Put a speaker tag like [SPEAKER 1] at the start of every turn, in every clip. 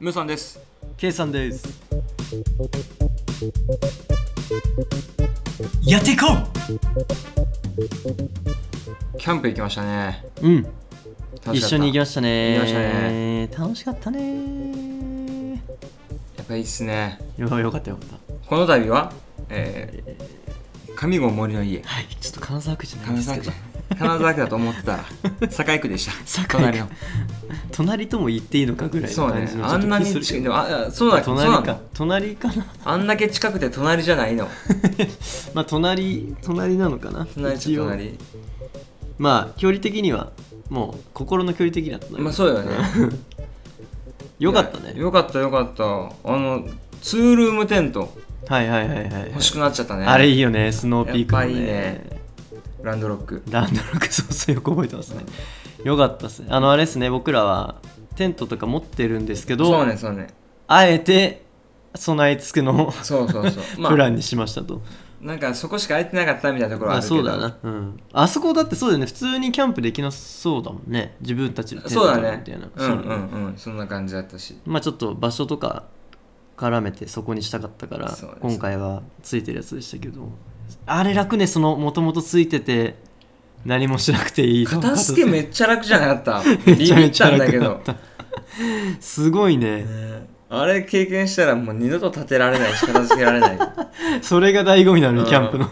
[SPEAKER 1] ムーさんです。
[SPEAKER 2] K さんです
[SPEAKER 3] やっていこう
[SPEAKER 1] キャンプ行きましたね。
[SPEAKER 2] うん
[SPEAKER 1] 楽しかった
[SPEAKER 2] 一緒に行きましたね
[SPEAKER 1] 行きました
[SPEAKER 2] 楽しかったね
[SPEAKER 1] やっぱいいっすね。
[SPEAKER 2] よよかったよかった
[SPEAKER 1] この度は、えー、上郷森の家。
[SPEAKER 2] はいちょっと金沢区じゃないんで
[SPEAKER 1] 金沢
[SPEAKER 2] すけ
[SPEAKER 1] 区
[SPEAKER 2] ど
[SPEAKER 1] 金沢区だと思ってたら堺区でした
[SPEAKER 2] 堺区
[SPEAKER 1] 隣の
[SPEAKER 2] 隣とも言っていいのかぐらい
[SPEAKER 1] そ
[SPEAKER 2] の
[SPEAKER 1] うね
[SPEAKER 2] 感じの
[SPEAKER 1] あんなに
[SPEAKER 2] ちょっと気す
[SPEAKER 1] 近い
[SPEAKER 2] るけ
[SPEAKER 1] で
[SPEAKER 2] ど
[SPEAKER 1] もああそうだそうな
[SPEAKER 2] 隣か
[SPEAKER 1] の
[SPEAKER 2] 隣かな
[SPEAKER 1] あんだけ近くて隣じゃないの
[SPEAKER 2] まあ隣隣なのかな
[SPEAKER 1] 隣ち
[SPEAKER 2] 一
[SPEAKER 1] ょっ
[SPEAKER 2] 応
[SPEAKER 1] と隣
[SPEAKER 2] まあ距離的にはもう心の距離的だったの
[SPEAKER 1] まあそうだよね
[SPEAKER 2] よかったね
[SPEAKER 1] よかったよかったあのツールームテント
[SPEAKER 2] はいはいはいはい
[SPEAKER 1] 欲しくなっちゃったね
[SPEAKER 2] あれいいよねスノーピークの
[SPEAKER 1] やっぱいいランドロック
[SPEAKER 2] ランドロックそうそうよく覚えてますねよかったですねあのあれですね僕らはテントとか持ってるんですけど
[SPEAKER 1] そうねそうね
[SPEAKER 2] あえて備え付けの
[SPEAKER 1] そうそう そうま
[SPEAKER 2] プラ
[SPEAKER 1] あ
[SPEAKER 2] ンにしましたと、
[SPEAKER 1] なんかそこしか空いてなかったみたいなところはあ
[SPEAKER 2] あ、
[SPEAKER 1] るけど
[SPEAKER 2] そうだな、うん、あそこだってそうだよね普通にキャンプできなそうだもんね自分たちのテン
[SPEAKER 1] そう
[SPEAKER 2] ト
[SPEAKER 1] だ
[SPEAKER 2] とか
[SPEAKER 1] ね
[SPEAKER 2] みたいな
[SPEAKER 1] うんう
[SPEAKER 2] そうん
[SPEAKER 1] うんそんな感じだったし
[SPEAKER 2] まあちょっと場所とか絡めてそこにしたかったから
[SPEAKER 1] そうです
[SPEAKER 2] 今回はついてるやつでしたけどあれ楽ねそのもともとついてて何もしなくていいと
[SPEAKER 1] 片付けめっちゃ楽じゃなかったビ
[SPEAKER 2] め
[SPEAKER 1] ビ
[SPEAKER 2] ちゃめ
[SPEAKER 1] っ
[SPEAKER 2] ちゃ
[SPEAKER 1] たんだ
[SPEAKER 2] 楽
[SPEAKER 1] け
[SPEAKER 2] だ
[SPEAKER 1] ど
[SPEAKER 2] った。すごいね。
[SPEAKER 1] ねあれ経験したらもう二度と立てられないし片付けられない
[SPEAKER 2] それが醍醐味なの
[SPEAKER 1] う
[SPEAKER 2] に、
[SPEAKER 1] ん
[SPEAKER 2] キャンプの。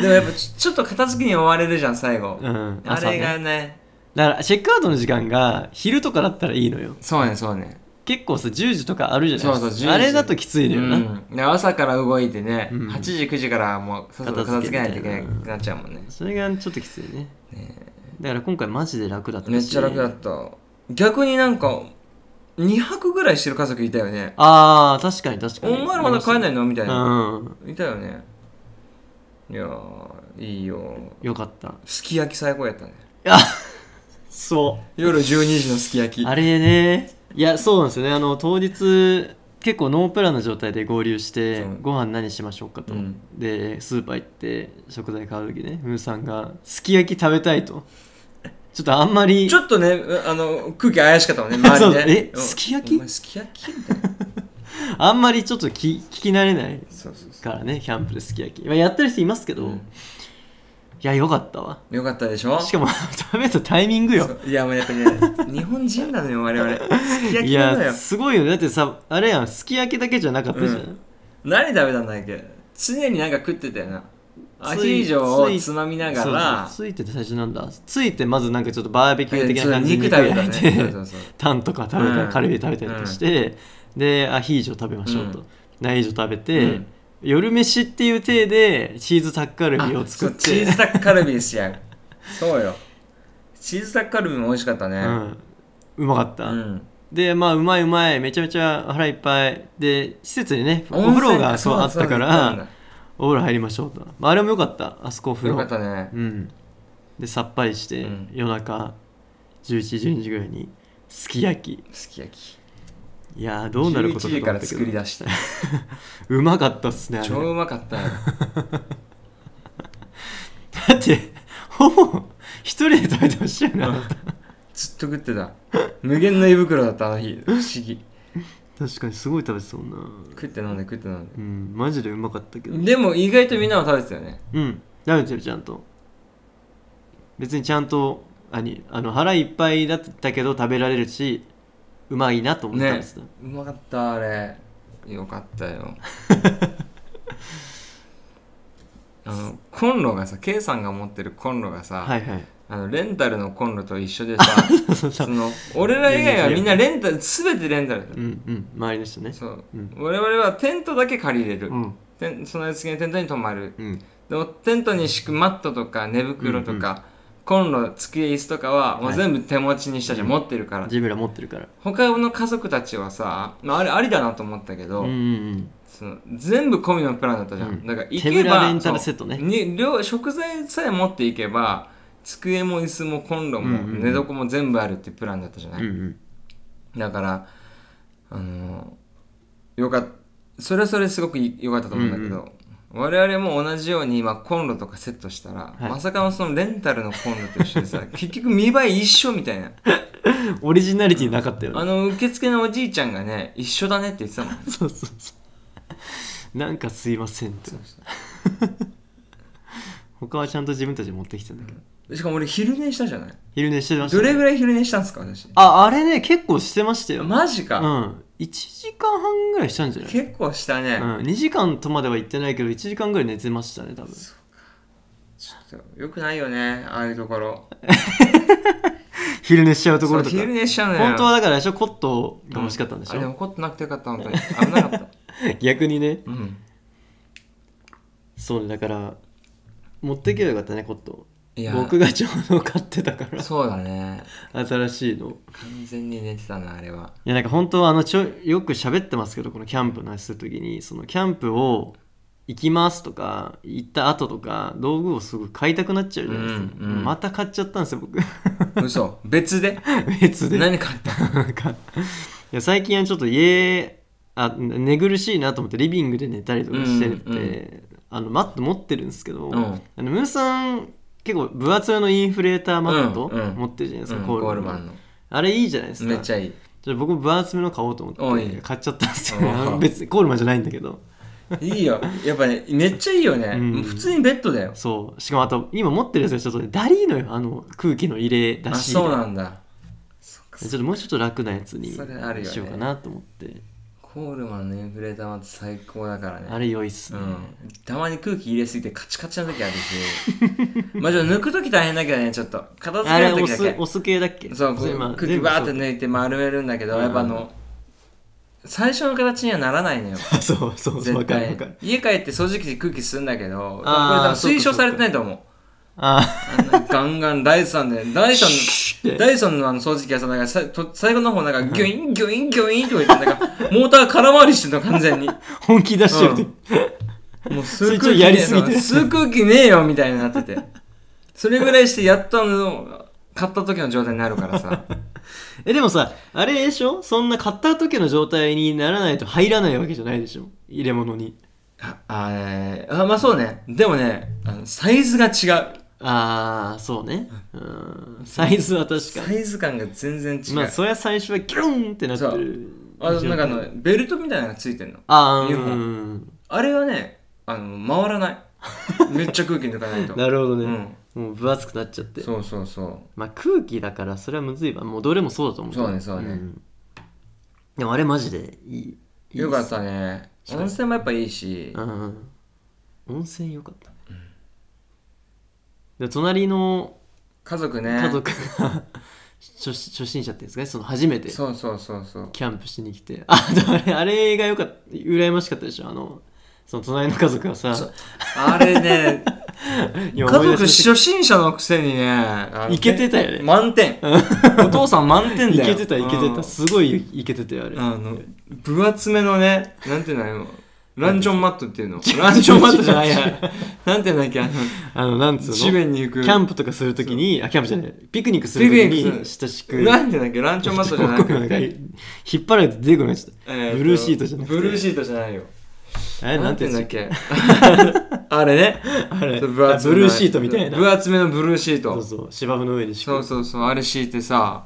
[SPEAKER 1] でもやっぱちちょっと片付けに追われるじゃん最後、
[SPEAKER 2] うん。
[SPEAKER 1] あ
[SPEAKER 2] 朝
[SPEAKER 1] れ
[SPEAKER 2] ね
[SPEAKER 1] がね
[SPEAKER 2] だから、チェックアウトの時間が昼とかだったらいいのよ。
[SPEAKER 1] そうねそうね
[SPEAKER 2] 結構さ、10時とかあるじゃないですか。
[SPEAKER 1] そうそう10時
[SPEAKER 2] あれだときついのよな。
[SPEAKER 1] うんで朝から動いてね、
[SPEAKER 2] うん
[SPEAKER 1] 8時9時からもうそろそろ片
[SPEAKER 2] 片
[SPEAKER 1] 付
[SPEAKER 2] 付
[SPEAKER 1] け
[SPEAKER 2] け
[SPEAKER 1] な
[SPEAKER 2] ないい
[SPEAKER 1] と
[SPEAKER 2] と
[SPEAKER 1] い
[SPEAKER 2] い
[SPEAKER 1] け
[SPEAKER 2] け
[SPEAKER 1] なくな
[SPEAKER 2] ない
[SPEAKER 1] っちゃうもんね
[SPEAKER 2] それがちょっときついね。
[SPEAKER 1] ね
[SPEAKER 2] だから今回マジで楽だったし。
[SPEAKER 1] めっちゃ楽だっ。た逆になんか2泊ぐらいしてる家族いたよね
[SPEAKER 2] あー、確かに確か
[SPEAKER 1] お
[SPEAKER 2] に。
[SPEAKER 1] 前らまだ帰んない
[SPEAKER 2] い
[SPEAKER 1] のみたいな、
[SPEAKER 2] うん。
[SPEAKER 1] いたよねいやーいいよ
[SPEAKER 2] よかった。
[SPEAKER 1] すき焼き最高やったね
[SPEAKER 2] あそう。
[SPEAKER 1] 夜12時のすき焼き
[SPEAKER 2] あれねいやそうなんですよねあの当日結構ノープランの状態で合流して、
[SPEAKER 1] うん
[SPEAKER 2] ご飯何しましょうかと、
[SPEAKER 1] うん
[SPEAKER 2] でスーパー行って食材買う時ねムーさんがすき焼き食べたいとちょっとあんまり
[SPEAKER 1] ちょっとね、あの空気怪しかったもんね、周り
[SPEAKER 2] そうえ
[SPEAKER 1] ね。うん
[SPEAKER 2] すき焼き
[SPEAKER 1] お前すき焼きみたいな。
[SPEAKER 2] あんまりちょっとき聞き慣れない
[SPEAKER 1] そうそうそ
[SPEAKER 2] からねキャンプですき焼き、まあ、やってる人いますけ
[SPEAKER 1] う
[SPEAKER 2] ど、い
[SPEAKER 1] ん
[SPEAKER 2] やよかったわ
[SPEAKER 1] よかったでしょ
[SPEAKER 2] しかも食べたタイミングよ
[SPEAKER 1] そういや、もうやっぱね、日本人なのよ、我々。すき焼
[SPEAKER 2] い
[SPEAKER 1] きなのよ
[SPEAKER 2] や。すごいよねだってさあれやんすき焼きだけじゃなかったじゃん、
[SPEAKER 1] うん何食べたんだっけ常になんか食ってたよな。アヒージョ
[SPEAKER 2] つ
[SPEAKER 1] を
[SPEAKER 2] い
[SPEAKER 1] つまみなが
[SPEAKER 2] そう
[SPEAKER 1] ら、
[SPEAKER 2] そうついてて最初なんだついてまずなんかちょっとバーベキュー的な
[SPEAKER 1] そう
[SPEAKER 2] 感じ
[SPEAKER 1] 肉
[SPEAKER 2] で
[SPEAKER 1] 食べたね。
[SPEAKER 2] 焼い
[SPEAKER 1] そ
[SPEAKER 2] て
[SPEAKER 1] うそうそう
[SPEAKER 2] タンとか食べたり、
[SPEAKER 1] うん
[SPEAKER 2] カルビ食べたりとかして、でアヒージョ食べましょうと、
[SPEAKER 1] うん
[SPEAKER 2] ナイージョ食べて、
[SPEAKER 1] うん
[SPEAKER 2] 夜飯っていう体でチーズタッカルビを
[SPEAKER 1] あそ
[SPEAKER 2] 作っ
[SPEAKER 1] うチー
[SPEAKER 2] て
[SPEAKER 1] ズタッカルビしやう。そうよ。チーズタッカルビも美味しかった
[SPEAKER 2] う
[SPEAKER 1] ね。
[SPEAKER 2] んうまかっ
[SPEAKER 1] う
[SPEAKER 2] た、
[SPEAKER 1] ん。
[SPEAKER 2] でまあうまいうまいめちゃめちゃ腹いっぱいで施設にねお
[SPEAKER 1] 温
[SPEAKER 2] 風
[SPEAKER 1] 泉
[SPEAKER 2] 呂がそうあったか
[SPEAKER 1] そうなんだ
[SPEAKER 2] らお風呂入りましょうと、まあ、あれもよかったあそこお風
[SPEAKER 1] よ
[SPEAKER 2] 呂
[SPEAKER 1] かったね。
[SPEAKER 2] うん、でさっぱりして、
[SPEAKER 1] うん
[SPEAKER 2] 夜中11時12時ぐらいにすき焼き
[SPEAKER 1] すき焼き。
[SPEAKER 2] いやーどうなること
[SPEAKER 1] 11時
[SPEAKER 2] と
[SPEAKER 1] か
[SPEAKER 2] 思
[SPEAKER 1] ら
[SPEAKER 2] ったけ
[SPEAKER 1] 作り
[SPEAKER 2] ど
[SPEAKER 1] 出した。
[SPEAKER 2] うまかったっすねあれ
[SPEAKER 1] 超うまかったよ。
[SPEAKER 2] だってほぼ一人で食べてましたよね、
[SPEAKER 1] ずっと食ってた。無限の胃袋だった、あの日。不思議。
[SPEAKER 2] 確かにすごい食べてそうな
[SPEAKER 1] 食って飲んで食って飲んで。
[SPEAKER 2] うんマジでうまかったけど
[SPEAKER 1] でも意外とみんなは食べてたよね。
[SPEAKER 2] うん食べてるちゃんと別にちゃんとあにあの腹いっぱいだったけど食べられるしうまいなと思って食べてた、
[SPEAKER 1] うまかった、あれ。よかった よ。あの、コンロがさ、K さんが持ってるコンロがさ、
[SPEAKER 2] はいはい
[SPEAKER 1] あのレンタルのコンロと一緒で さ、その俺ら以外はみんなレンタル、すべてレンタルだよ。
[SPEAKER 2] うんうん周りの人ね
[SPEAKER 1] そう。
[SPEAKER 2] うん
[SPEAKER 1] 我々はテントだけ借りれる。
[SPEAKER 2] うん
[SPEAKER 1] テンその次のテントに泊まる。
[SPEAKER 2] うん
[SPEAKER 1] でもテントに敷くマットとか寝袋とか、コンロ机椅子とかはもう
[SPEAKER 2] はい
[SPEAKER 1] 全部手持ちにしたじゃん、持ってるから
[SPEAKER 2] ジブラ持ってるから
[SPEAKER 1] 他の家族たちはさ、まあ、あれありだなと思ったけど、
[SPEAKER 2] うんうん
[SPEAKER 1] その全部込みのプランだったじゃん、
[SPEAKER 2] うん
[SPEAKER 1] だから行
[SPEAKER 2] 手
[SPEAKER 1] け
[SPEAKER 2] ぶら
[SPEAKER 1] ば
[SPEAKER 2] レンタルセットね
[SPEAKER 1] そうに料食材さえ持っていけば机も椅子もコンロも
[SPEAKER 2] うんうんうん
[SPEAKER 1] 寝床も全部あるっていうプランだったじゃ
[SPEAKER 2] う
[SPEAKER 1] なんい、
[SPEAKER 2] うん
[SPEAKER 1] だからあのよかっそれはそれすごくい良かったと思うんだけど、我々も同じように今コンロとかセットしたら、
[SPEAKER 2] はい
[SPEAKER 1] まさかのそのレンタルのコンロと一緒でさ結局見栄え一緒みたいな
[SPEAKER 2] オリジナリティなかったよね
[SPEAKER 1] あの受付のおじいちゃんがね一緒だねって言ってたもん
[SPEAKER 2] そうそうそう。なんかすいません って。他はちゃんと自分たちで持ってきてんだけど。
[SPEAKER 1] しかも俺昼寝したじゃない
[SPEAKER 2] 昼寝してました、
[SPEAKER 1] ど
[SPEAKER 2] ね。
[SPEAKER 1] れぐらい昼寝したんですか私
[SPEAKER 2] あ、あれね、結構してましたよ。
[SPEAKER 1] マジ
[SPEAKER 2] う
[SPEAKER 1] か、
[SPEAKER 2] ん。1時間半ぐらいしたんじゃない
[SPEAKER 1] 結構したね、
[SPEAKER 2] うん、2時間とまでは言ってないけど1時間ぐらい寝てましたね多分
[SPEAKER 1] ちょっとよくないよねああいうところ
[SPEAKER 2] 昼寝しちゃうところとか
[SPEAKER 1] そう昼寝しちゃうのよ
[SPEAKER 2] 本当はだからでしょコットが欲しかったんでし
[SPEAKER 1] あでも
[SPEAKER 2] ょ、
[SPEAKER 1] 怒ってなくてよかった本当に危なかった
[SPEAKER 2] 逆にね
[SPEAKER 1] うん
[SPEAKER 2] そうねだから持ってけばよかったねコット
[SPEAKER 1] いや
[SPEAKER 2] 僕がちょうど買ってたから
[SPEAKER 1] そうだね
[SPEAKER 2] 新しいのを
[SPEAKER 1] 完全に寝てたなあれはい
[SPEAKER 2] やなんか本当はあのちょよく喋ってますけどこのキャンプの話するときにそのキャンプを行きますとか行った後とか道具をすぐ買いたくなっちゃうじゃないですか、
[SPEAKER 1] うんうん
[SPEAKER 2] また買っちゃったんですよ僕
[SPEAKER 1] 嘘別で
[SPEAKER 2] 別で
[SPEAKER 1] 何かあった
[SPEAKER 2] なんかいや最近はちょっと家あ寝苦しいなと思ってリビングで寝たりとかしてて、
[SPEAKER 1] うんうんう
[SPEAKER 2] あのマット持ってるんですけど、
[SPEAKER 1] うん
[SPEAKER 2] あのムーさん結構分厚めのインフレーターマット
[SPEAKER 1] うんうん
[SPEAKER 2] 持ってるじゃないですか、
[SPEAKER 1] うん
[SPEAKER 2] コ
[SPEAKER 1] コ
[SPEAKER 2] ー
[SPEAKER 1] ー
[SPEAKER 2] ル
[SPEAKER 1] ル
[SPEAKER 2] マ
[SPEAKER 1] マ
[SPEAKER 2] ン
[SPEAKER 1] ン
[SPEAKER 2] の
[SPEAKER 1] の
[SPEAKER 2] あれいいじゃないですか
[SPEAKER 1] めっちゃいい
[SPEAKER 2] じゃあ僕分厚めの買おうと思
[SPEAKER 1] お
[SPEAKER 2] って
[SPEAKER 1] い
[SPEAKER 2] 買っちゃったんですよ
[SPEAKER 1] おう
[SPEAKER 2] 別にコールマンじゃないんだけど
[SPEAKER 1] いいよやっぱねめっちゃいいよね、
[SPEAKER 2] うん
[SPEAKER 1] 普通にベッドだよ
[SPEAKER 2] そうしかもあと今持ってるやつがちょっとねダリーのよあの空気の入れ出
[SPEAKER 1] あ
[SPEAKER 2] し
[SPEAKER 1] そうなんだそっか
[SPEAKER 2] ちょっともうちょっと楽なやつに
[SPEAKER 1] それあるよね
[SPEAKER 2] しようかなと思ってあれ,、
[SPEAKER 1] コールマンのインフレーターマット最高だからね
[SPEAKER 2] 良いっす
[SPEAKER 1] う
[SPEAKER 2] ね、
[SPEAKER 1] ん、たまに空気入れすぎてカチカチな時あるし まあちょっと抜く時大変だけどねちょっと片付
[SPEAKER 2] あ
[SPEAKER 1] け
[SPEAKER 2] れ
[SPEAKER 1] る
[SPEAKER 2] オ
[SPEAKER 1] 時だ
[SPEAKER 2] ス
[SPEAKER 1] け
[SPEAKER 2] オス系だっけ
[SPEAKER 1] そうこう
[SPEAKER 2] 今
[SPEAKER 1] 空気
[SPEAKER 2] 全部
[SPEAKER 1] バ
[SPEAKER 2] そ
[SPEAKER 1] ー
[SPEAKER 2] う
[SPEAKER 1] って抜いて丸めるんだけど
[SPEAKER 2] うん
[SPEAKER 1] やっぱあの最初の形にはならないのよ
[SPEAKER 2] そうそうそうわ
[SPEAKER 1] 絶
[SPEAKER 2] かるわ
[SPEAKER 1] 対
[SPEAKER 2] かる
[SPEAKER 1] 家帰って掃除機で空気吸うんだけどこれ多
[SPEAKER 2] あー
[SPEAKER 1] 分推奨されてないと思う
[SPEAKER 2] あ
[SPEAKER 1] あんなガンガンダイソンでダイソン
[SPEAKER 2] シュッて
[SPEAKER 1] ダイソンのあの掃除機がさなんかさと最後の方なんかギョインギョインギョインとか言ってなんかモーター空回りしてるの完全に
[SPEAKER 2] ー本気出してる時
[SPEAKER 1] もう
[SPEAKER 2] そ
[SPEAKER 1] 吸
[SPEAKER 2] れ
[SPEAKER 1] う
[SPEAKER 2] ち
[SPEAKER 1] 空
[SPEAKER 2] ょっと
[SPEAKER 1] 気
[SPEAKER 2] やりすぎて
[SPEAKER 1] ねえ吸う空気ねえよみたいになっててそれぐらいしてやっとあの買った時の状態になるから さ
[SPEAKER 2] えでもさあれでしょそんな買った時の状態にならないと入らないわけじゃないでしょ入れ物に
[SPEAKER 1] ああ,、えーあまあそうねでもねあのサイズが違う
[SPEAKER 2] ああそうねうんサイズは確か
[SPEAKER 1] サイズ感が全然違
[SPEAKER 2] に
[SPEAKER 1] う、
[SPEAKER 2] まあそりゃ最初はギュンってなってる
[SPEAKER 1] あとなんかあのベルトみたいなのがついてんの
[SPEAKER 2] あー
[SPEAKER 1] 日
[SPEAKER 2] うん
[SPEAKER 1] 本
[SPEAKER 2] うん
[SPEAKER 1] あれはねあの回ら ないめっちゃ空気抜かないと
[SPEAKER 2] なるほど
[SPEAKER 1] う
[SPEAKER 2] ね
[SPEAKER 1] ん
[SPEAKER 2] もう分厚くなっちゃって
[SPEAKER 1] そうそうそう
[SPEAKER 2] まあ空気だからそれはむずいわもうどれもそうだと思う
[SPEAKER 1] そうねそうね
[SPEAKER 2] んでもあれマジでいいいい
[SPEAKER 1] よかったね温泉もやっぱいいし、
[SPEAKER 2] うん温泉良かった、で隣の
[SPEAKER 1] 家族ね
[SPEAKER 2] 家族が初初心者っていうんですかねその初めて
[SPEAKER 1] そうそうそうそう
[SPEAKER 2] キャンプしに来てあでもあれあれがよかった羨ましかったでしょあのその隣の家族がさ
[SPEAKER 1] あれね
[SPEAKER 2] 今
[SPEAKER 1] 家
[SPEAKER 2] 思い出
[SPEAKER 1] 族
[SPEAKER 2] し
[SPEAKER 1] 初心者のくせにねあの
[SPEAKER 2] いけてたよね
[SPEAKER 1] 満点お父さん満
[SPEAKER 2] ま
[SPEAKER 1] 点
[SPEAKER 2] し
[SPEAKER 1] だ
[SPEAKER 2] た
[SPEAKER 1] よ
[SPEAKER 2] いけてたいけて
[SPEAKER 1] う
[SPEAKER 2] た
[SPEAKER 1] ん
[SPEAKER 2] すごいいけてたよあれ
[SPEAKER 1] あの分厚めのねなんていうのあれもランチョンマットっていうのランチョンマットじゃないやなんていうんだっけあの
[SPEAKER 2] あのなんつうの
[SPEAKER 1] 地
[SPEAKER 2] キ
[SPEAKER 1] 面に行く
[SPEAKER 2] ャンプとかするときにあキャンプじゃないピクニックするとき
[SPEAKER 1] ピクニッ
[SPEAKER 2] に
[SPEAKER 1] ク
[SPEAKER 2] 親しく
[SPEAKER 1] なんていうんだっけランチョンマットじゃな
[SPEAKER 2] 僕な
[SPEAKER 1] く
[SPEAKER 2] んか
[SPEAKER 1] て、
[SPEAKER 2] 引っ張られて出てこないちょっ
[SPEAKER 1] え
[SPEAKER 2] と
[SPEAKER 1] と
[SPEAKER 2] ブルーシートじゃなくて
[SPEAKER 1] ブルーシートじゃないよ
[SPEAKER 2] あれなんていうん
[SPEAKER 1] だ
[SPEAKER 2] だ
[SPEAKER 1] っ
[SPEAKER 2] っけ
[SPEAKER 1] け あれね
[SPEAKER 2] あれ
[SPEAKER 1] そう
[SPEAKER 2] ブル
[SPEAKER 1] 厚めの
[SPEAKER 2] ーシートみたいな
[SPEAKER 1] 分厚めのブルーシー
[SPEAKER 2] そう
[SPEAKER 1] ト
[SPEAKER 2] そう芝生の上で敷く
[SPEAKER 1] そうそうそうあれ敷いてさ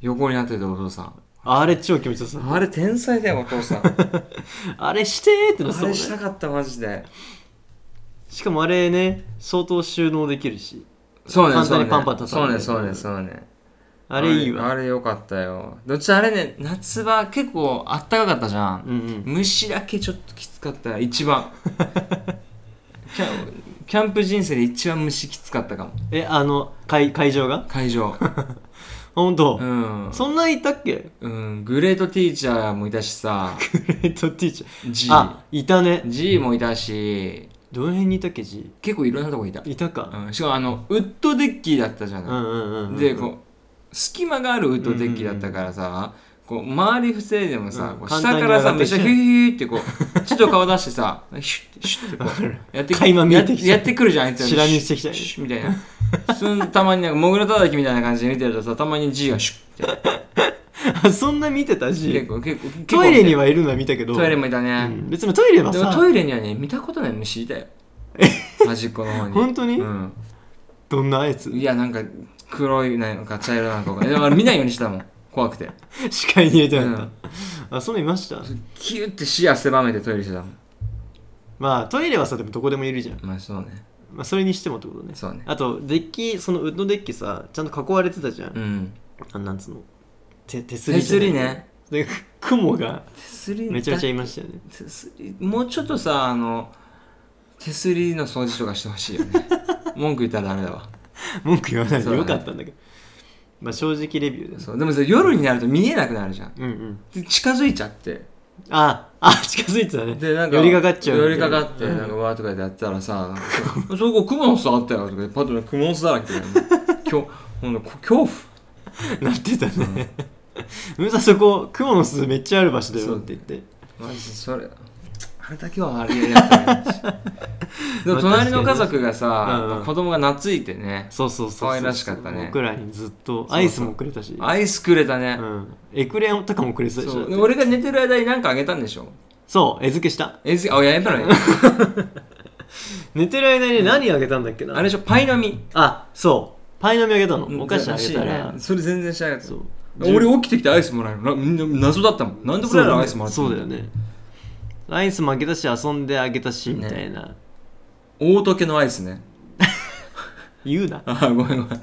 [SPEAKER 1] 横になっててお父さん
[SPEAKER 2] あれ超気持ちよさそう
[SPEAKER 1] あれ天才だよお父さ ん
[SPEAKER 2] あれしてーってなって
[SPEAKER 1] あ
[SPEAKER 2] たも
[SPEAKER 1] れ
[SPEAKER 2] んね
[SPEAKER 1] したかったマジで
[SPEAKER 2] しかもあれね相当収納できるし
[SPEAKER 1] そうね
[SPEAKER 2] 簡
[SPEAKER 1] そう
[SPEAKER 2] 単
[SPEAKER 1] ね
[SPEAKER 2] にパンパン畳んで
[SPEAKER 1] そうねそうねそうね
[SPEAKER 2] あれいい
[SPEAKER 1] あ
[SPEAKER 2] わ
[SPEAKER 1] れあれよかったよどっちあれね夏場結構あったかかったじゃん、
[SPEAKER 2] うんうん
[SPEAKER 1] 虫だけちょっときつかった一番 キャンキャンプ人生で一番虫きつかったかも
[SPEAKER 2] えあの会会場が
[SPEAKER 1] 会 場
[SPEAKER 2] ほんと
[SPEAKER 1] うん、
[SPEAKER 2] そんなんいたっけ
[SPEAKER 1] うん、グレートティーチャーもいたし さ
[SPEAKER 2] グレートティーチャー
[SPEAKER 1] G
[SPEAKER 2] あいたね
[SPEAKER 1] G もいたし
[SPEAKER 2] どの辺にいたっけ G
[SPEAKER 1] 結構いろんなとこいた、
[SPEAKER 2] いたか
[SPEAKER 1] うん、しかもあのウッドデッキだったじゃ
[SPEAKER 2] う
[SPEAKER 1] なんい、
[SPEAKER 2] うんうんうん
[SPEAKER 1] でこう隙間があるウッドデッキだったからさ、こう周り防いでもさ、
[SPEAKER 2] うん
[SPEAKER 1] こう
[SPEAKER 2] 簡単
[SPEAKER 1] 下
[SPEAKER 2] に
[SPEAKER 1] からさ
[SPEAKER 2] 上がっ
[SPEAKER 1] めっ
[SPEAKER 2] てき
[SPEAKER 1] ち
[SPEAKER 2] ち
[SPEAKER 1] ゃ
[SPEAKER 2] ゃう
[SPEAKER 1] ヒューヒューってこうちょっと顔出してさシュッてシュッてこうやって
[SPEAKER 2] 垣間見えてきちゃう
[SPEAKER 1] やってくるじゃんあいつ
[SPEAKER 2] 知らにしてきたよね
[SPEAKER 1] シュッみたいなそのたまになんかモグラ叩きみたいな感じで見てるとさたまに G がシュッて
[SPEAKER 2] あそんな見てた
[SPEAKER 1] 結
[SPEAKER 2] G
[SPEAKER 1] 構結構結構
[SPEAKER 2] トイレにはいるのは見たけど
[SPEAKER 1] トイレもいたね、
[SPEAKER 2] うん別にトイレは
[SPEAKER 1] でも
[SPEAKER 2] さ
[SPEAKER 1] トイレにはね見たことない 虫いたよ端っこの方に
[SPEAKER 2] 本当に
[SPEAKER 1] うん
[SPEAKER 2] どんなやつ
[SPEAKER 1] いやなんか黒いなのか茶色なのかわかんないでもあれ見ないようにしたもん怖くて
[SPEAKER 2] 視界に入れてなか
[SPEAKER 1] う
[SPEAKER 2] っ
[SPEAKER 1] ん
[SPEAKER 2] た、あそんなんいました
[SPEAKER 1] キューって視野狭めてトイレしてたもん
[SPEAKER 2] まあトイレはさでもどこでもいるじゃん、
[SPEAKER 1] まあそうね
[SPEAKER 2] まあ、それにしてもってことね
[SPEAKER 1] そうね
[SPEAKER 2] あとデッキそのウッドデッキさちゃんと囲われてたじゃん、
[SPEAKER 1] うん
[SPEAKER 2] あなんつうの手手すり
[SPEAKER 1] 手
[SPEAKER 2] じ
[SPEAKER 1] す
[SPEAKER 2] ゃない
[SPEAKER 1] りね
[SPEAKER 2] で雲が
[SPEAKER 1] 手すりだ
[SPEAKER 2] めちゃめちゃいましたよね
[SPEAKER 1] 手すりもうちょっとさあの手すりの掃除とかしてほしいよ ね文句言ったらダメだわ
[SPEAKER 2] 文句言わない
[SPEAKER 1] そ
[SPEAKER 2] で
[SPEAKER 1] うだね
[SPEAKER 2] よかったんだけど、まあ正直レビューです
[SPEAKER 1] そうでもさ夜になると見えなくなるじゃん
[SPEAKER 2] うんうん
[SPEAKER 1] で近づいちゃって
[SPEAKER 2] ああ近づいてたね
[SPEAKER 1] でなんか
[SPEAKER 2] 寄りかかっちゃう
[SPEAKER 1] 寄りかかって
[SPEAKER 2] うん
[SPEAKER 1] なんかわーとかでやってたらさなんかそそこクモの巣あったよとか言ってパッとねクモの巣だらけだ よねきょほんとこ恐怖
[SPEAKER 2] なってたね、むさそこ雲の巣めっちゃある場所だよって言って
[SPEAKER 1] マジそれあれだけはありえなか ったねでも隣の家族が
[SPEAKER 2] うんうん
[SPEAKER 1] さ子供が懐いてね
[SPEAKER 2] そうそうそうそう
[SPEAKER 1] 可愛らしかったね
[SPEAKER 2] 僕らにずっとアイスもくれたし
[SPEAKER 1] アイスくれたね
[SPEAKER 2] うん、エクレアとかもくれてたでし
[SPEAKER 1] そう
[SPEAKER 2] ょ
[SPEAKER 1] で俺が寝てる間に何かあげたんでしょ
[SPEAKER 2] そう、絵付けした。
[SPEAKER 1] えずあやめたのね
[SPEAKER 2] 寝てる間にね何あげたんだっけな
[SPEAKER 1] あれでしょパイの実
[SPEAKER 2] あ、そう。パイの実あげたの。お菓子あ
[SPEAKER 1] らし
[SPEAKER 2] げ
[SPEAKER 1] い
[SPEAKER 2] たら。
[SPEAKER 1] ねそれ全然知らなかっ
[SPEAKER 2] そ
[SPEAKER 1] た
[SPEAKER 2] う。
[SPEAKER 1] 俺起きてきてアイスもらえるなみんな謎だったもんなんで
[SPEAKER 2] そう
[SPEAKER 1] 俺
[SPEAKER 2] だよ
[SPEAKER 1] ら
[SPEAKER 2] ね
[SPEAKER 1] アイスもらった
[SPEAKER 2] そ
[SPEAKER 1] の
[SPEAKER 2] うだよね。アイスもあげたし、遊んであげたし、みたいな。
[SPEAKER 1] 大時計のアイスね
[SPEAKER 2] 言うな。
[SPEAKER 1] あごめんごめん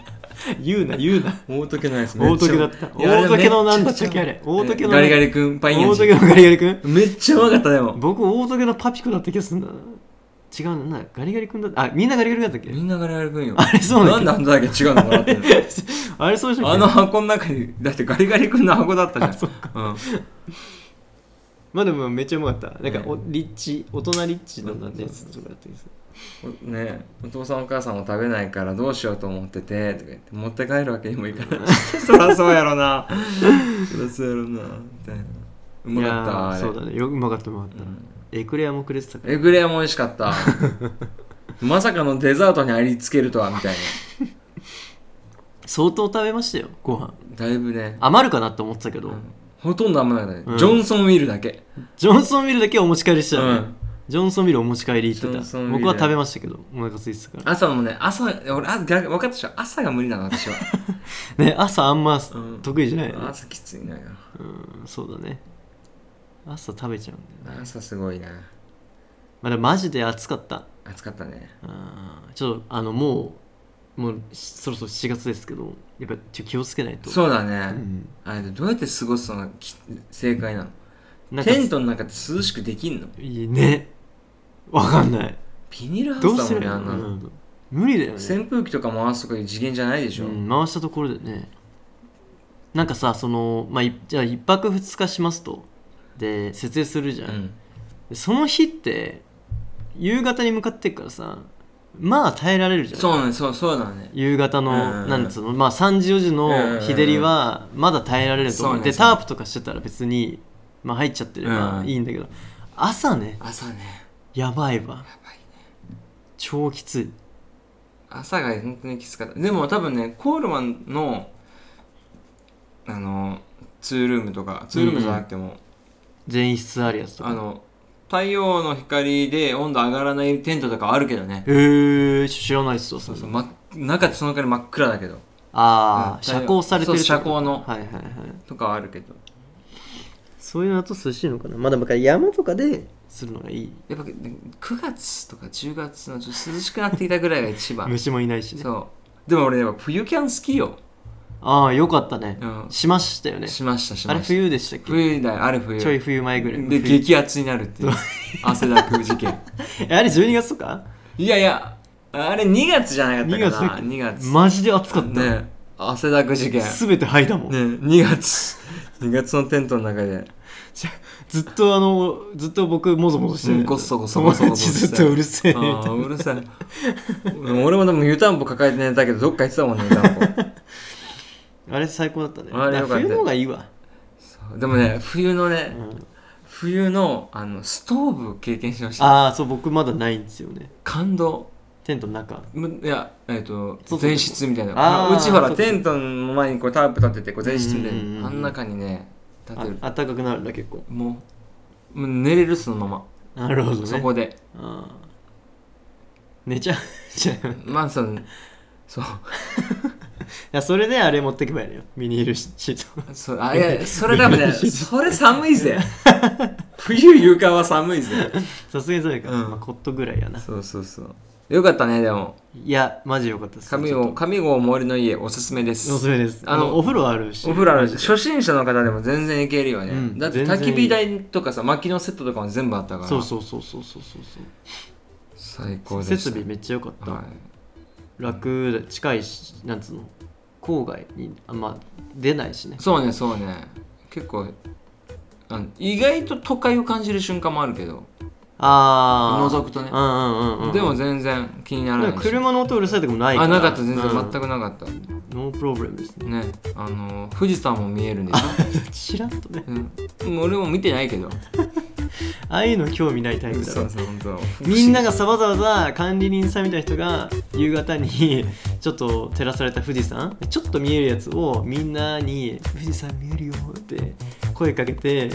[SPEAKER 2] 言うな、言うな。
[SPEAKER 1] 大時計のアイス
[SPEAKER 2] 大時計だった。
[SPEAKER 1] いや
[SPEAKER 2] 大時計のなんだ
[SPEAKER 1] め
[SPEAKER 2] っ
[SPEAKER 1] ち
[SPEAKER 2] た
[SPEAKER 1] ゃ
[SPEAKER 2] っ
[SPEAKER 1] くち
[SPEAKER 2] け
[SPEAKER 1] ゃ
[SPEAKER 2] あれ。大時計の。
[SPEAKER 1] ガリガリ君パインや
[SPEAKER 2] 大
[SPEAKER 1] ん
[SPEAKER 2] 時計のガリガリ君
[SPEAKER 1] めっちゃうまかったでも
[SPEAKER 2] 僕、大時計のパピコだった気がするんだな。違うな。ガリガリ君だった。あ、みんなガリガリ君だったっ
[SPEAKER 1] みんなガリガリ君よ
[SPEAKER 2] あれそう
[SPEAKER 1] な
[SPEAKER 2] なん
[SPEAKER 1] ん
[SPEAKER 2] だ
[SPEAKER 1] であんただけ違うのも らってんの
[SPEAKER 2] けあれそうでしょ
[SPEAKER 1] あの箱の中にだってガリガリ君の箱だったじゃんうん
[SPEAKER 2] まあでもめっちゃうまかった。なんかお、リッチ、大人リッチのなんてやつとかだったりする。
[SPEAKER 1] ねお父さんお母さんも食べないからどうしようと思っててとか言って持って帰るわけにもいかない そらそうやろなそらそうやろなみたいなうまかったあ
[SPEAKER 2] い
[SPEAKER 1] れ
[SPEAKER 2] やーそうだね。ようまかったうまかった。エクレアもくれてたから。
[SPEAKER 1] エグレアも美味しかった まさかのデザートにありつけるとはみたい
[SPEAKER 2] 相当食べましたよ、ご飯。
[SPEAKER 1] なだいぶね
[SPEAKER 2] 余るかなって思ってたけど、
[SPEAKER 1] ほとんどあんまなかったね、
[SPEAKER 2] うん
[SPEAKER 1] ジョンソンウィルだけ
[SPEAKER 2] ジョンソンビルだけはお持ち帰りしたよね、
[SPEAKER 1] うん
[SPEAKER 2] ジョンソンビルお持ち帰り行っ
[SPEAKER 1] ジ
[SPEAKER 2] て
[SPEAKER 1] ョ
[SPEAKER 2] た
[SPEAKER 1] ンソンビル
[SPEAKER 2] 僕は食べましたけどお腹空いてたか
[SPEAKER 1] 朝もね朝俺あ逆分かったでしょ朝が無理なの私 は
[SPEAKER 2] らね朝あんま
[SPEAKER 1] うん
[SPEAKER 2] 得意じゃないよね
[SPEAKER 1] 朝きついなよ
[SPEAKER 2] うんそうだね朝食べちゃうんだよね
[SPEAKER 1] 朝すごいな
[SPEAKER 2] まあでもマジで暑かった
[SPEAKER 1] 暑かったね
[SPEAKER 2] うんちょっとあのもうもうしそろそろ7月ですけどやっぱちょっと気をつけないと
[SPEAKER 1] そうだ
[SPEAKER 2] う
[SPEAKER 1] ね、
[SPEAKER 2] ん
[SPEAKER 1] あれどうやって過ごすのがき正解なの
[SPEAKER 2] なんか
[SPEAKER 1] テントの中で涼しくできんの
[SPEAKER 2] いいねわかんない
[SPEAKER 1] ビニールハ
[SPEAKER 2] ど
[SPEAKER 1] ウ
[SPEAKER 2] う
[SPEAKER 1] スだも
[SPEAKER 2] す
[SPEAKER 1] んね
[SPEAKER 2] る
[SPEAKER 1] あんな
[SPEAKER 2] う
[SPEAKER 1] の、
[SPEAKER 2] ん無理だよね
[SPEAKER 1] 扇風機とか回すとかいう次元じゃないでしょ、
[SPEAKER 2] うん、回したところでねなんかさその、まあ、いじゃあ1泊2日しますとで設営するじゃん、
[SPEAKER 1] うん
[SPEAKER 2] でその日って夕方に向かってっからさまあ耐えられるじゃん
[SPEAKER 1] そうねそうそうだね
[SPEAKER 2] 夕方
[SPEAKER 1] うん
[SPEAKER 2] の、
[SPEAKER 1] うん
[SPEAKER 2] なんつうの、まあ、3時4時の日照りはまだ耐えられると思
[SPEAKER 1] そ
[SPEAKER 2] う、
[SPEAKER 1] うね
[SPEAKER 2] で
[SPEAKER 1] そうね
[SPEAKER 2] タープとかしてたら別に、まあ、入っちゃってれば
[SPEAKER 1] うん
[SPEAKER 2] いいんだけど、朝ね
[SPEAKER 1] 朝ね
[SPEAKER 2] やばいわ
[SPEAKER 1] やばいね
[SPEAKER 2] 超きつい
[SPEAKER 1] 朝が本当にきつかったでも多分ねコールマンのあのツールームとかツールームじゃなくても、
[SPEAKER 2] 全室あるやつとか
[SPEAKER 1] あの太陽の光で温度上がらないテントとかあるけどね
[SPEAKER 2] えー、知らないっすわ
[SPEAKER 1] そうそうう、ま、中ってそのくらい真っ暗だけど
[SPEAKER 2] あ
[SPEAKER 1] うん
[SPEAKER 2] あ遮光されてる
[SPEAKER 1] そう
[SPEAKER 2] とこ
[SPEAKER 1] 遮光の
[SPEAKER 2] はいはいはい
[SPEAKER 1] とかはあるけど
[SPEAKER 2] そういうのだと涼しいのかなまだから山とかでするのがいい
[SPEAKER 1] やっぱ9月とか10月のちょっと涼しくなってきたぐらいが一番
[SPEAKER 2] 虫もいないしね
[SPEAKER 1] そうでも俺やっぱ冬キャン好きよ
[SPEAKER 2] ああよかったね、
[SPEAKER 1] うん
[SPEAKER 2] しましたよね
[SPEAKER 1] しましたし
[SPEAKER 2] あれ
[SPEAKER 1] ました
[SPEAKER 2] 冬でしたっけ
[SPEAKER 1] 冬だよあれ冬
[SPEAKER 2] ちょい冬前ぐらい
[SPEAKER 1] で
[SPEAKER 2] 冬
[SPEAKER 1] 激アツになるっていう汗だく事 件
[SPEAKER 2] えあれ12月とか
[SPEAKER 1] いやいやあれ2月じゃなかったかな2
[SPEAKER 2] 2
[SPEAKER 1] 月
[SPEAKER 2] マジで暑かった、
[SPEAKER 1] ね汗だく事件ね
[SPEAKER 2] すべて吐いたもん、
[SPEAKER 1] 2月2月のテントの中で
[SPEAKER 2] じゃずっとあのずっと僕もぞもぞして
[SPEAKER 1] う
[SPEAKER 2] る
[SPEAKER 1] んこそこそこそこそ
[SPEAKER 2] 友達ずっとうるせえみたい
[SPEAKER 1] ああ
[SPEAKER 2] な
[SPEAKER 1] うるさい俺もでも湯たんぽ抱えて寝たけどどっか行ってたもんね湯たんぽ
[SPEAKER 2] あれ最高だったね
[SPEAKER 1] あれよかった
[SPEAKER 2] 冬の方がいいわ、
[SPEAKER 1] でもね冬の
[SPEAKER 2] う
[SPEAKER 1] ね
[SPEAKER 2] ん
[SPEAKER 1] 冬のあのストーブ経験しました
[SPEAKER 2] ああそう僕まだないんですよね
[SPEAKER 1] 感動
[SPEAKER 2] テントの中
[SPEAKER 1] むいやえっ、と
[SPEAKER 2] 外で
[SPEAKER 1] 前室みたいな
[SPEAKER 2] あー
[SPEAKER 1] うちほら
[SPEAKER 2] 外で
[SPEAKER 1] テントの前にこうタープ立ててこう前室みたい
[SPEAKER 2] うんうんうんうん
[SPEAKER 1] なあん中にね立
[SPEAKER 2] あ
[SPEAKER 1] てる
[SPEAKER 2] 暖かくなるんだ結構
[SPEAKER 1] もうもう寝れるそのま
[SPEAKER 2] なるほど
[SPEAKER 1] ま
[SPEAKER 2] ね
[SPEAKER 1] そこで
[SPEAKER 2] あー寝ちゃうじゃあ
[SPEAKER 1] まあそのそう
[SPEAKER 2] やそれであれ持ってけばいいのよビニールシート
[SPEAKER 1] そあいや いやそれ多分ねそれ寒いぜ冬床は寒いぜ
[SPEAKER 2] さすがにそうやから、
[SPEAKER 1] うん
[SPEAKER 2] まあ、コットぐらいやな
[SPEAKER 1] そうそうそうよかったねでも
[SPEAKER 2] いやマジよかったです
[SPEAKER 1] 上
[SPEAKER 2] ちょっ
[SPEAKER 1] 郷上郷森の家おすすめで
[SPEAKER 2] とおす
[SPEAKER 1] す
[SPEAKER 2] すめです
[SPEAKER 1] あ
[SPEAKER 2] あ
[SPEAKER 1] の
[SPEAKER 2] のお風呂あるし
[SPEAKER 1] お風呂ある
[SPEAKER 2] マジで
[SPEAKER 1] 初心者の方でも全然いけるよね、
[SPEAKER 2] うん
[SPEAKER 1] だって
[SPEAKER 2] 全然い
[SPEAKER 1] 焚
[SPEAKER 2] い
[SPEAKER 1] き火台とかさ薪のセットとかも全部あったから
[SPEAKER 2] そうそうそうそうそうそう
[SPEAKER 1] 最高でした
[SPEAKER 2] 設備めっちゃ良かった、
[SPEAKER 1] はい
[SPEAKER 2] 楽で近いしなんつうの郊外にあんま出ないしね
[SPEAKER 1] そうねそうね結構あの意外と都会を感じる瞬間もあるけど
[SPEAKER 2] ああ
[SPEAKER 1] 覗くとね
[SPEAKER 2] う、んうんうんうん
[SPEAKER 1] でも全然気になら
[SPEAKER 2] な
[SPEAKER 1] なんい
[SPEAKER 2] か
[SPEAKER 1] し
[SPEAKER 2] 車の音うるさいとかもないから
[SPEAKER 1] あなかった全然、
[SPEAKER 2] うん
[SPEAKER 1] 全くなかった
[SPEAKER 2] ノープロブレムですね
[SPEAKER 1] ねあの富士山も見えるんでしょ、
[SPEAKER 2] 知らんとね
[SPEAKER 1] うん、俺も見てないけど
[SPEAKER 2] ああいうの興味ないタイプだ
[SPEAKER 1] そ
[SPEAKER 2] ろ
[SPEAKER 1] うそう本当
[SPEAKER 2] みんながさわざわざ管理人さんみたいな人が夕方にちょっと照らされた富士山ちょっと見えるやつをみんなに「富士山見えるよ」って声かけて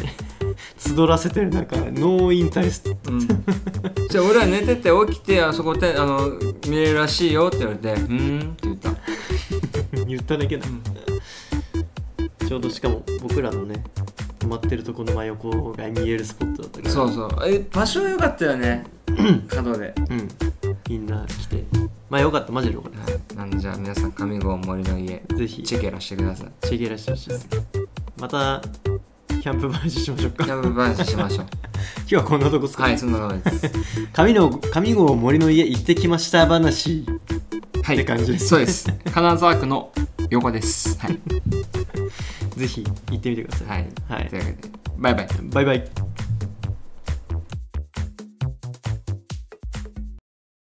[SPEAKER 2] 集らせてる中ノーインタレスト
[SPEAKER 1] うんじゃあ俺は寝てて起きてあそこてあの見れるらしいよって言われて「うーん」って言った
[SPEAKER 2] 言っただけだ、ちょうどしかも僕らのね泊まってるとこの真横が見えるスポットだったから
[SPEAKER 1] そうそうえ場所良かったよ ね角で、
[SPEAKER 2] うんみんな来てまあよかったマジでよかっ
[SPEAKER 1] はい、なんでじゃあ皆さん上郷森の家
[SPEAKER 2] たぜひ
[SPEAKER 1] チェケラしてください
[SPEAKER 2] チェゲラしてほしいですまたキャンプ話しましょうか
[SPEAKER 1] キャンプ話しましょう
[SPEAKER 2] 今日はこんなとこですか、
[SPEAKER 1] はいそんなのです
[SPEAKER 2] 上の上郷森の家行ってきました話
[SPEAKER 1] はい
[SPEAKER 2] って感じです
[SPEAKER 1] そうです金沢区の横ですはい、
[SPEAKER 2] ぜひ行ってみてください、
[SPEAKER 1] はい
[SPEAKER 2] はい
[SPEAKER 1] というわけでバイバイ
[SPEAKER 2] バイバイ